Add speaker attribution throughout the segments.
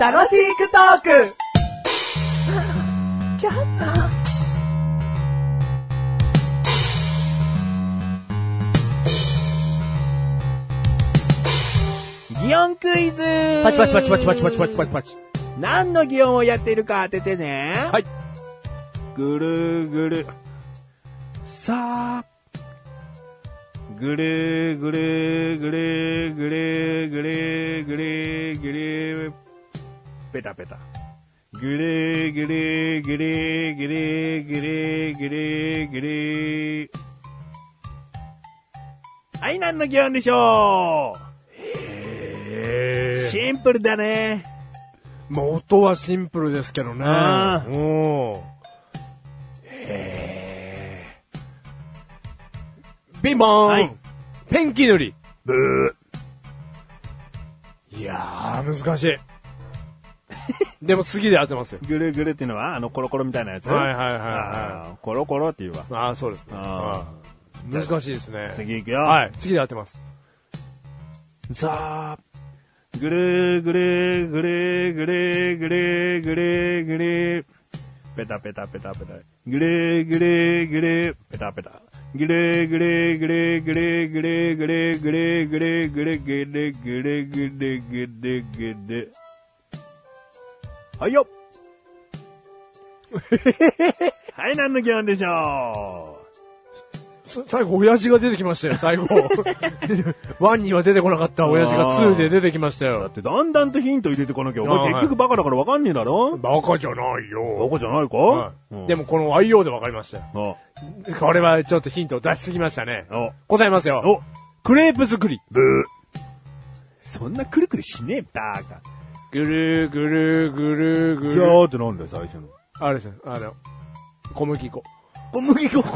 Speaker 1: 楽しくトーク
Speaker 2: 擬音クイズ
Speaker 3: パチパチパチパチパチパチパチパチパチ。
Speaker 2: 何の擬音をやっているか当ててね。
Speaker 3: はい。
Speaker 2: ぐるぐる。さあ。ぐるぐるぐるぐるぐるぐるぐる。ペタペタ。ぐるぐるぐるぐるぐるぐるぐる。はい、何の擬音でしょう
Speaker 3: え
Speaker 2: シンプルだね。
Speaker 3: ー。まあ、音はシンプルですけどね。
Speaker 2: あ
Speaker 3: おーへービンボーン、
Speaker 2: はい
Speaker 3: ペンキ塗り
Speaker 2: ブー。
Speaker 3: いやー、難しい。でも次で当てますよ。
Speaker 2: ぐるぐるっていうのは、あの、コロコロみたいなやつ
Speaker 3: はいはいはいはい
Speaker 2: あーコロコロって言うわ。
Speaker 3: ああ、そうですね。
Speaker 2: あ
Speaker 3: うん難しいですね。
Speaker 2: 次行くよ。
Speaker 3: はい、次で当てます。
Speaker 2: ザー。ぐるぐるぐるぐるぐるぐるぐる。ペタペタペタペタ。ぐるぐるぐる。ペタペタ。ぐるぐるぐるぐるぐるぐるぐるぐるぐるぐるぐるぐるぐるぐる。はい よはい、何の疑問でしょう
Speaker 3: す最後、親父が出てきましたよ、最 後。ワンには出てこなかった親父がツーで出てきました
Speaker 2: だっ
Speaker 3: よ。
Speaker 2: てだんだんとヒント入れてこなきゃ、お
Speaker 3: あー
Speaker 2: 前結局バカだからわかんねえだろ
Speaker 3: バカじゃないよ。
Speaker 2: バカじゃないか、
Speaker 3: はい
Speaker 2: うん
Speaker 3: でもこの IO で分かりましたよ。
Speaker 2: あ、
Speaker 3: これはちょっとヒントを出しすぎましたね。
Speaker 2: お、
Speaker 3: 答えますよ。
Speaker 2: お、
Speaker 3: クレープ作り。
Speaker 2: ブー。そんなくるくるしねえ、バカ。
Speaker 3: ぐるーぐるーぐるーぐ
Speaker 2: じ
Speaker 3: る
Speaker 2: ゃ
Speaker 3: ー。
Speaker 2: ーってなんだよ、最初の。
Speaker 3: あれですよ、あの、小麦粉。
Speaker 2: 小麦粉粉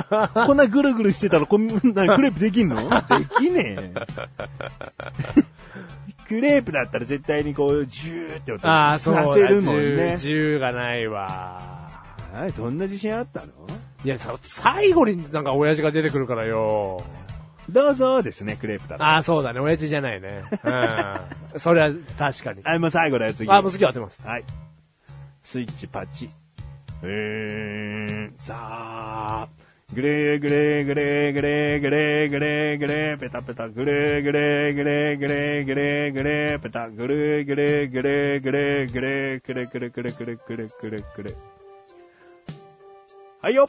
Speaker 2: 粉ぐるぐるしてたら、こんなクレープできんのでき ねえ。クレープだったら絶対にこう、ジューって音
Speaker 3: ああ、
Speaker 2: が
Speaker 3: そう
Speaker 2: さ
Speaker 3: だ。
Speaker 2: せるもんね。
Speaker 3: 銃がないわ。
Speaker 2: はい、そんな自信あったの
Speaker 3: いや、さ最後になんか親父が出てくるからよ。
Speaker 2: どうぞですね、クレープだったら。
Speaker 3: ああ、そうだね。親父じゃないね。 うん。それは確かに。
Speaker 2: あ、もう最後だよ、次。
Speaker 3: あ、もう次当てます。
Speaker 2: はい。スイッチパチ。えー、さあ。ぐれーぐれーぐれーぐれーぐれーぐれーぐれーペタペタぐれーぐれーぐれーぐれーぐれーぐれーペタぐれーぐれーぐれーぐれーぐれーぐれーぐれーぐれーぐれーぐれーぐれーぐれーはいよ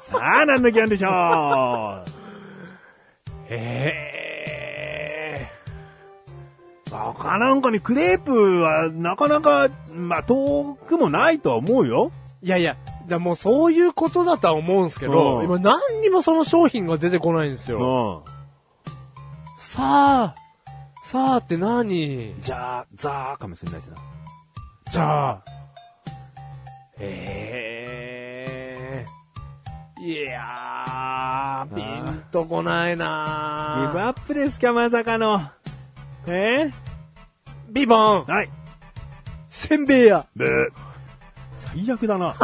Speaker 2: さあ、何の気なんでしょう
Speaker 3: へえ。
Speaker 2: バカなんかにクレープはなかなか、まあ、遠くもないとは思うよ。
Speaker 3: いやいや、だもうそういうことだとは思うんですけ
Speaker 2: う
Speaker 3: ど、
Speaker 2: ん
Speaker 3: 今何にもその商品が出てこないんです
Speaker 2: うん。
Speaker 3: よ。さあ、さあって何
Speaker 2: じゃあ、ザーかもしれないしな。
Speaker 3: じゃあ。ええいやー、ピンとこない
Speaker 2: ギブ
Speaker 3: な
Speaker 2: アップですか、まさかの。え
Speaker 3: ー。ビボン
Speaker 2: ー、はい。
Speaker 3: せんべい屋
Speaker 2: ブー。最悪だな。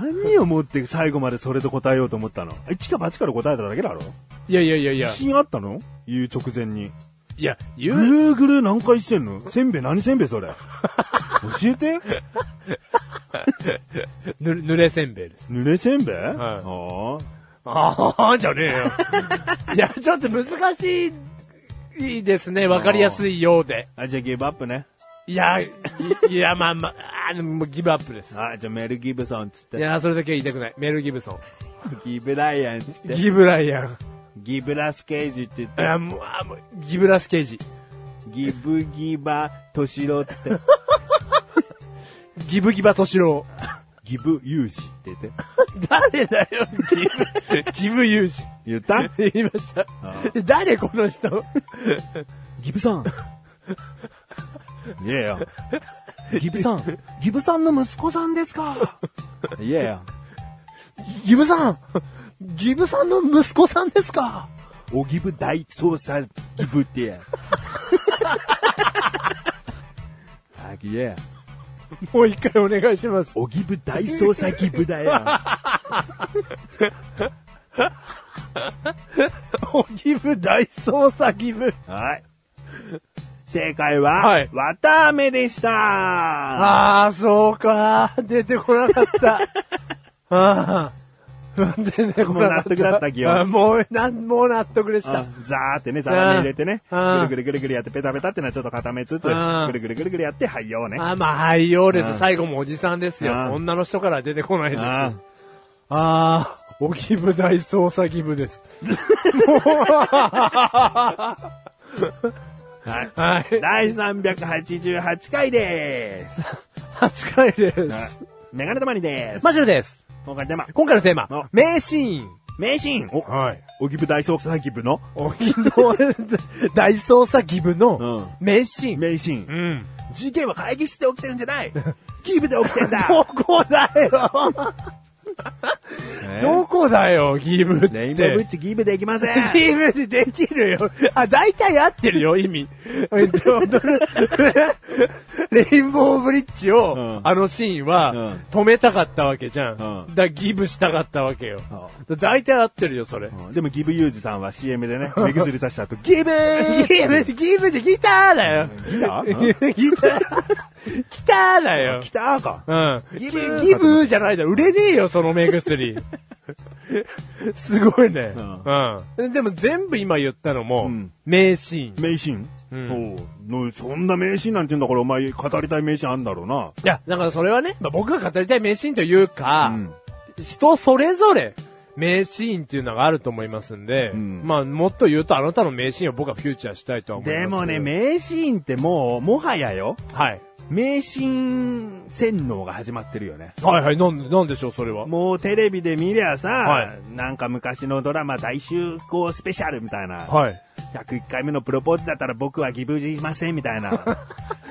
Speaker 2: 何を持って最後までそれと答えようと思ったの一か八から答えただけだろ
Speaker 3: いやいやいやいや
Speaker 2: 自。信あったの言う直前に。
Speaker 3: いや、
Speaker 2: ぐ
Speaker 3: 言う、
Speaker 2: るーぐるー何回してんのせんべい何せんべい それ教えて
Speaker 3: ぬ、濡れせんべいです。
Speaker 2: 濡れせんべい、
Speaker 3: はい
Speaker 2: ああ
Speaker 3: ああ、じゃねえよ。 いや、ちょっと難しい、いいですね。わかりやすいようで。
Speaker 2: あ、じゃあギブアップね。
Speaker 3: いや、いいや、まあまあ、あーもうギブアップです。
Speaker 2: あ、じゃあメル・ギブソンっつっ
Speaker 3: い
Speaker 2: て。
Speaker 3: や、それだけは言いたくない。メル・ギブソ
Speaker 2: ギブライアンっつっ
Speaker 3: ン。
Speaker 2: て。
Speaker 3: ギブライアン。
Speaker 2: ギブラス・ケージって言って
Speaker 3: い。や、もう、あーもうギブラス・ケージ。
Speaker 2: ギブギバ、トシロっつって。
Speaker 3: ギブギバ敏郎。
Speaker 2: ギブユージって言って。
Speaker 3: 誰だよ、ギブ、ギブユージ。
Speaker 2: 言った
Speaker 3: 言いました
Speaker 2: あ。
Speaker 3: 誰この人。
Speaker 2: ギブさん。いやよ。ギブさん。ギブさんの息子さんですか。いやよ。
Speaker 3: ギブさんギブさんの息子さんですか
Speaker 2: おギブ大捜査ギブってや。あいやよ。
Speaker 3: もう一回お願いします。
Speaker 2: おギブ大捜査ギブだよ。
Speaker 3: ぎ部、大捜査ぎ部。
Speaker 2: はい。正解は、
Speaker 3: はい
Speaker 2: わたあめでした。
Speaker 3: ああ、そうか。出てこなかった。 ああ。出てこなか
Speaker 2: もう納
Speaker 3: った。
Speaker 2: 得だった気温
Speaker 3: あーもう、なん、もう納得でし
Speaker 2: うん
Speaker 3: た。
Speaker 2: ザーってね、ザラメ入れてね、ぐ
Speaker 3: う
Speaker 2: る
Speaker 3: ん
Speaker 2: ぐるぐるぐるやって、ペタペタってのはちょっと固めつつ、ぐ
Speaker 3: うん
Speaker 2: るぐるぐるぐるやって、はいよーね。
Speaker 3: あーまあ、はい、ようで
Speaker 2: うん
Speaker 3: す。最後もおじさんですよ。
Speaker 2: うん
Speaker 3: 女の人からは出てこないです。
Speaker 2: あ
Speaker 3: ああー、おぎぶ大捜査義 務です。もう、
Speaker 2: ーはい。
Speaker 3: はい。
Speaker 2: 第388回で ーす。
Speaker 3: 8回で
Speaker 2: はい
Speaker 3: す。
Speaker 2: メガネたまりです。
Speaker 3: マシュルです。
Speaker 2: 今回のテーマ、
Speaker 3: 今回のテーマ
Speaker 2: お、
Speaker 3: 名シーン。
Speaker 2: 名シーン。お、
Speaker 3: はい。
Speaker 2: おぎぶ大捜査ギブの
Speaker 3: おぎぶ大捜査義務
Speaker 2: うん
Speaker 3: の名シーン。
Speaker 2: 名シーン。
Speaker 3: ん。
Speaker 2: 事件は会議室で起きてるんじゃ ないギブで起きてんだ
Speaker 3: どこだ よどこだよ、ギブって。
Speaker 2: レインボーブッチギブできません
Speaker 3: ギブでできるよ。あ、大体合ってるよ、意味。えっとレインボーブリッジを、
Speaker 2: うん
Speaker 3: あのシーンは、止めたかったわけじゃん。
Speaker 2: うん
Speaker 3: だギブしたかったわけよ。だ大体合ってるよ、それ。
Speaker 2: うんでもギブユージさんは CM で ね、目薬さした後、ギブー
Speaker 3: ギブ、ギブでギターだよ。
Speaker 2: ギター
Speaker 3: ギター、ギターだよ。
Speaker 2: 来たーか。
Speaker 3: うん。
Speaker 2: ギ
Speaker 3: ギ
Speaker 2: ブ
Speaker 3: ブじゃないだろ。売れねえよ、その 目薬。すごいね、
Speaker 2: うん
Speaker 3: うん。でも全部今言ったのも、
Speaker 2: うん
Speaker 3: 名シーン。い
Speaker 2: 名シーン
Speaker 3: うん
Speaker 2: おうのそんな名シーンなんて言うんだから、お前語りたい名シーンあんだろうな。
Speaker 3: や、だからそれはね、まあ、僕が語りたい名シーンというか、
Speaker 2: うん
Speaker 3: 人それぞれ、名シーンっていうのがあると思いますんで、
Speaker 2: ん
Speaker 3: まあもっと言うとあなたの名シーンを僕はフューチャーしたいとは思います
Speaker 2: で
Speaker 3: けど。
Speaker 2: もね、名シーンってもう、もはやよ、
Speaker 3: はい。
Speaker 2: 名シーン洗脳が始まってるよね。
Speaker 3: はいはい、なんで、なんでしょう、それは。
Speaker 2: もうテレビで見りゃさ、
Speaker 3: は
Speaker 2: なんか昔のドラマ大集合スペシャルみたいな、
Speaker 3: はい。
Speaker 2: 101回目のプロポーズだったら僕はギブしませんみたいな、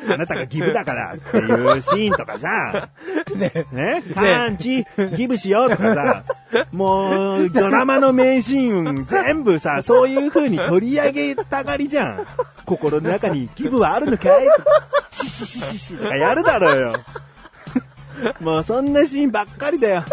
Speaker 2: あなたがギブだからっていうシーンとかさ、
Speaker 3: ね
Speaker 2: ね、カンチ、ギブしようとかさ、もうドラマの名シーン全部さ、そういう風に取り上げたがりじゃん。心の中にギブはあるのかいシシシシシとかやるだろうよ。もうそんなシーンばっかりだよ。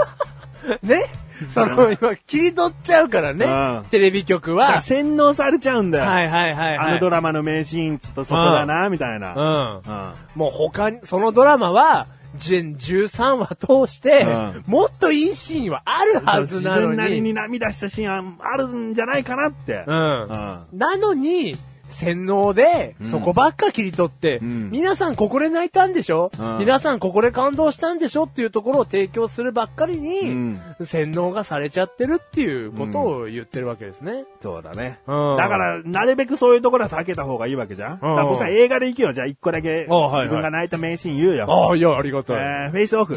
Speaker 3: ねその、今、切り取っちゃうから
Speaker 2: うん
Speaker 3: ね。テレビ局
Speaker 2: だから
Speaker 3: は。
Speaker 2: 洗脳されちゃうんだよ。
Speaker 3: はいはいはいはい。
Speaker 2: あのドラマの名シーンっつうとそこだな、みたいな。
Speaker 3: う
Speaker 2: うん
Speaker 3: ん。もう他に、そのドラマは、全13話通して、
Speaker 2: うん
Speaker 3: もっといいシーンはあるはずな
Speaker 2: 自
Speaker 3: の
Speaker 2: 分なり
Speaker 3: に。
Speaker 2: に涙したシーンあるんじゃないかなって。
Speaker 3: う
Speaker 2: うん
Speaker 3: ん。なのに、洗脳で、そこばっか切り取って、
Speaker 2: うん
Speaker 3: 皆さんここで泣いたんでしょ、
Speaker 2: うん
Speaker 3: 皆さんここで感動したんでしょっていうところを提供するばっかりに、洗脳がされちゃってるっていうことを言ってるわけですね。
Speaker 2: そうだね。
Speaker 3: うん
Speaker 2: だから、なるべくそういうところは避けた方がいいわけじゃん。だから僕は映画で行くよ。じゃあ一個だけ
Speaker 3: あはいはい
Speaker 2: 自分が泣いた名シーン言うよ。
Speaker 3: ああ、いや、ありが
Speaker 2: え
Speaker 3: たい。
Speaker 2: ーフェイスオフ。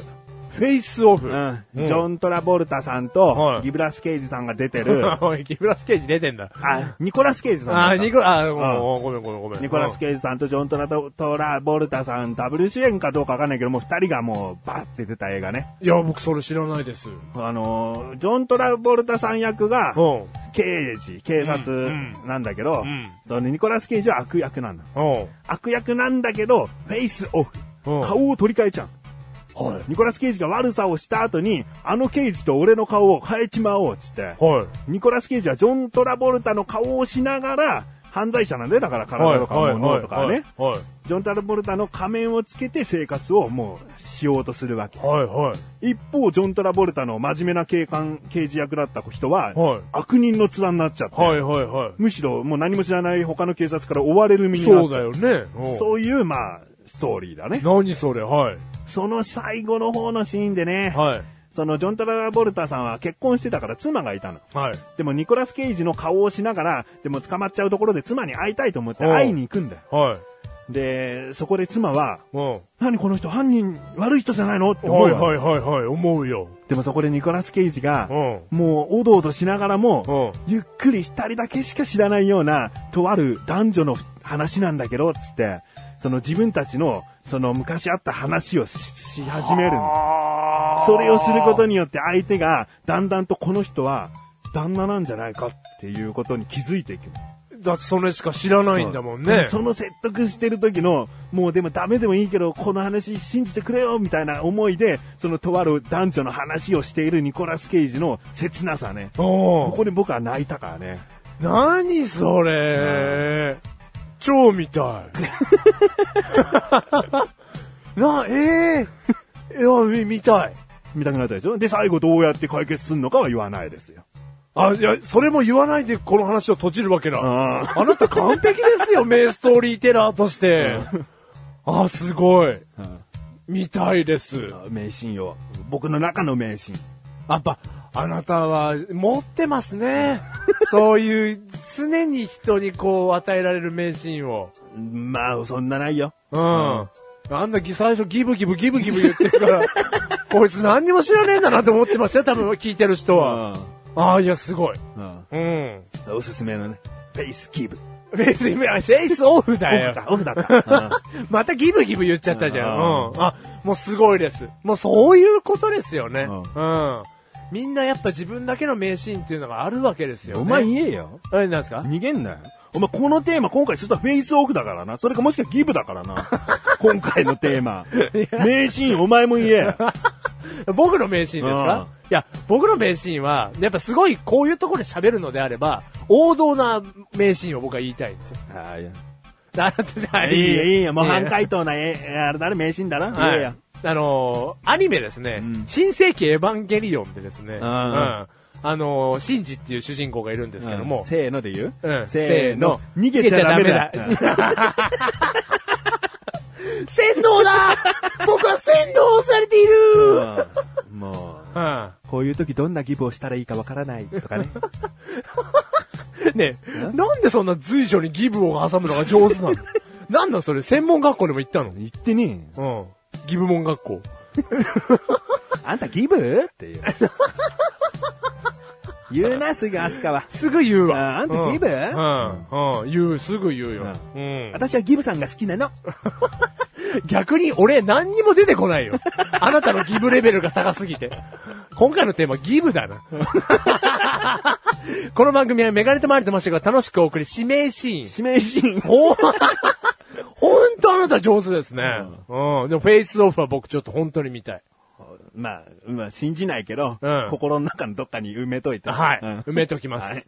Speaker 3: フェイスオフ。
Speaker 2: うん。ジ
Speaker 3: うん
Speaker 2: ョン・トラボルタさん
Speaker 3: は
Speaker 2: と
Speaker 3: い
Speaker 2: ギブラス・ケイジさんが出てる、
Speaker 3: おい、木村スケージ出てんだ。
Speaker 2: あ、ニコラス・ケイジさんだ
Speaker 3: あ
Speaker 2: った。
Speaker 3: ー、ニコラ、あー、
Speaker 2: う
Speaker 3: ごめんごめんごめん。
Speaker 2: ニコラス・ケイジさんとジョン・トラトラボルタさん、ダブル主演かどうかわかんないけど、もう二人がもうバーって出た映画ね。
Speaker 3: いや、僕それ知らないです。うん。
Speaker 2: あのージョン・トラボルタさん役が、
Speaker 3: おう
Speaker 2: 刑事、警察
Speaker 3: うん
Speaker 2: なんだけど、
Speaker 3: うん
Speaker 2: そのニコラス・ケイジは悪役なんだ。
Speaker 3: おう
Speaker 2: 悪役なんだけど、フェイスオフ。
Speaker 3: うん
Speaker 2: 顔を取り替えちゃう。
Speaker 3: はい。
Speaker 2: ニコラス・ケイジが悪さをした後に、あのケイジと俺の顔を変えちまおうっつって、
Speaker 3: はい。
Speaker 2: ニコラス・ケイジはジョン・トラボルタの顔をしながら、犯罪者なんで、だから体とかも脳とかね、
Speaker 3: はい。
Speaker 2: ジョン・トラボルタの仮面をつけて生活をもうしようとするわけ。
Speaker 3: はい。はい。
Speaker 2: 一方、ジョン・トラボルタの真面目な警官、刑事役だった人は、
Speaker 3: はい
Speaker 2: 悪人の面になっちゃって、
Speaker 3: はい。はい。はい。
Speaker 2: むしろもう何も知らない他の警察から追われる身にな
Speaker 3: そ
Speaker 2: っ
Speaker 3: う
Speaker 2: ちゃ
Speaker 3: だ
Speaker 2: う。
Speaker 3: よね。おう
Speaker 2: そういう、まあ、ストーリーだね。
Speaker 3: 何それ、はい。
Speaker 2: その最後の方のシーンでね、
Speaker 3: はい。
Speaker 2: そのジョン・トラボルタさんは結婚してたから妻がいたの。
Speaker 3: はい。
Speaker 2: でもニコラス・ケイジの顔をしながら、でも捕まっちゃうところで妻に会いたいと思って
Speaker 3: うん
Speaker 2: 会いに行くんだよ。
Speaker 3: はい。
Speaker 2: で、そこで妻は、
Speaker 3: うん。
Speaker 2: 何この人犯人悪い人じゃないのって思う
Speaker 3: はい。
Speaker 2: の。
Speaker 3: はい。はい。はい。思うよ。
Speaker 2: でもそこでニコラス・ケイジが
Speaker 3: う、ん。
Speaker 2: もうおどおどしながらも
Speaker 3: う、
Speaker 2: ゆっくり二人だけしか知らないような、とある男女の話なんだけど、つって、その自分たちの、その昔あった話をしし始めるの。
Speaker 3: あ
Speaker 2: それをすることによって相手が、だんだんとこの人は、旦那なんじゃないかっていうことに気づいていく。
Speaker 3: だってそれしか知らないんだもんね。
Speaker 2: その説得してる時の、もうでもダメでもいいけど、この話信じてくれよみたいな思いで、そのとある男女の話をしているニコラス・ケイジの切なさね。
Speaker 3: お
Speaker 2: こ
Speaker 3: う
Speaker 2: こで僕は泣いたからね。
Speaker 3: 何それ蝶み たい。な、ええいや、み見たい。
Speaker 2: 見たくなったでしょで、最後どうやって解決するのかは言わないですよ。
Speaker 3: あ、いや、それも言わないでこの話を閉じるわけだ。
Speaker 2: あ
Speaker 3: あなた完璧です よ、名ストーリーテラーとして。あ、すごい。見たいです。
Speaker 2: 名シーンよ。僕の中の名シーン。
Speaker 3: やっぱ、あなたは持ってますね。そういう、常に人にこう与えられる名シーンを。
Speaker 2: まあ、そんなないよ。
Speaker 3: うん。あんだけ最初ギブギブギブギブ言ってる から、こいつ何にも知らねえんだなと思ってましたよ、多分聞いてる人は。ああ、いや、すごい。
Speaker 2: うん
Speaker 3: うん。
Speaker 2: おすすめのね、フェイスキーブ。
Speaker 3: 別に、フェイスオフ
Speaker 2: オ
Speaker 3: だ
Speaker 2: フ
Speaker 3: よ
Speaker 2: か。、オフだか。
Speaker 3: またギブギブ言っちゃったじゃん。
Speaker 2: う
Speaker 3: うんん。あ、もうすごいです。もうそういうことですよね。
Speaker 2: う
Speaker 3: うん。みんなやっぱ自分だけの名シーンっていうのがあるわけですよ、
Speaker 2: うん
Speaker 3: ね。
Speaker 2: お前言えよ。
Speaker 3: あれなんですか
Speaker 2: 逃げんなよ。お前このテーマ今回ちょっとフェイスオフだからな。それかもしくはギブだから な。今回のテーマ。名シーンお前も言 え。
Speaker 3: 僕の名シーンです
Speaker 2: うん
Speaker 3: かいや、僕の名シーンは、やっぱすごいこういうところで喋るのであれば、王道な名シーンを僕は言いたいんですよ。
Speaker 2: はい
Speaker 3: あなたじゃあ
Speaker 2: いいよ、いいよ。もう
Speaker 3: ね
Speaker 2: 半回答な、え、あれだろ、名シーンだろ。
Speaker 3: はいい
Speaker 2: や。
Speaker 3: あのーアニメですね、
Speaker 2: うん
Speaker 3: 新世紀エヴァンゲリオンでですね、うんん。あのーシンジっていう主人公がいるんですけども、
Speaker 2: せーので言う
Speaker 3: うん
Speaker 2: せーの。
Speaker 3: せーの
Speaker 2: 逃げちゃダメだ。
Speaker 3: 逃げち 洗脳だ僕は洗脳されている
Speaker 2: うんもう、
Speaker 3: うん。
Speaker 2: こういう時どんなギブをしたらいいかわからないとかね。
Speaker 3: ねえ、なんでそんな随所にギブを挟むのが上手 なのなんなんそれ専門学校でも行ったの
Speaker 2: 言ってねえよ
Speaker 3: うん。ギブモン学校。
Speaker 2: あんたギブっていう。 言うな、すぐアスカは。
Speaker 3: すぐ言う
Speaker 2: あ
Speaker 3: わ。
Speaker 2: あんたギブ
Speaker 3: うん。うん。うん言う、すぐ言うよ。うん。
Speaker 2: 私はギブさんが好きなの。
Speaker 3: 逆に俺何にも出てこないよ。あなたのギブレベルが高すぎて。今回のテーマギブだな。この番組はメガネとマリとマシュが楽しくお送り、指名シーン。
Speaker 2: 指名シーン。
Speaker 3: ほん、ほんとあなた上手ですね。うん。でもフェイスオフは僕ちょっと本当に見たい。
Speaker 2: まあ、まあ、信じないけど、
Speaker 3: うん
Speaker 2: 心の中のどっかに埋めといて。
Speaker 3: はい。
Speaker 2: うん
Speaker 3: 埋めときます。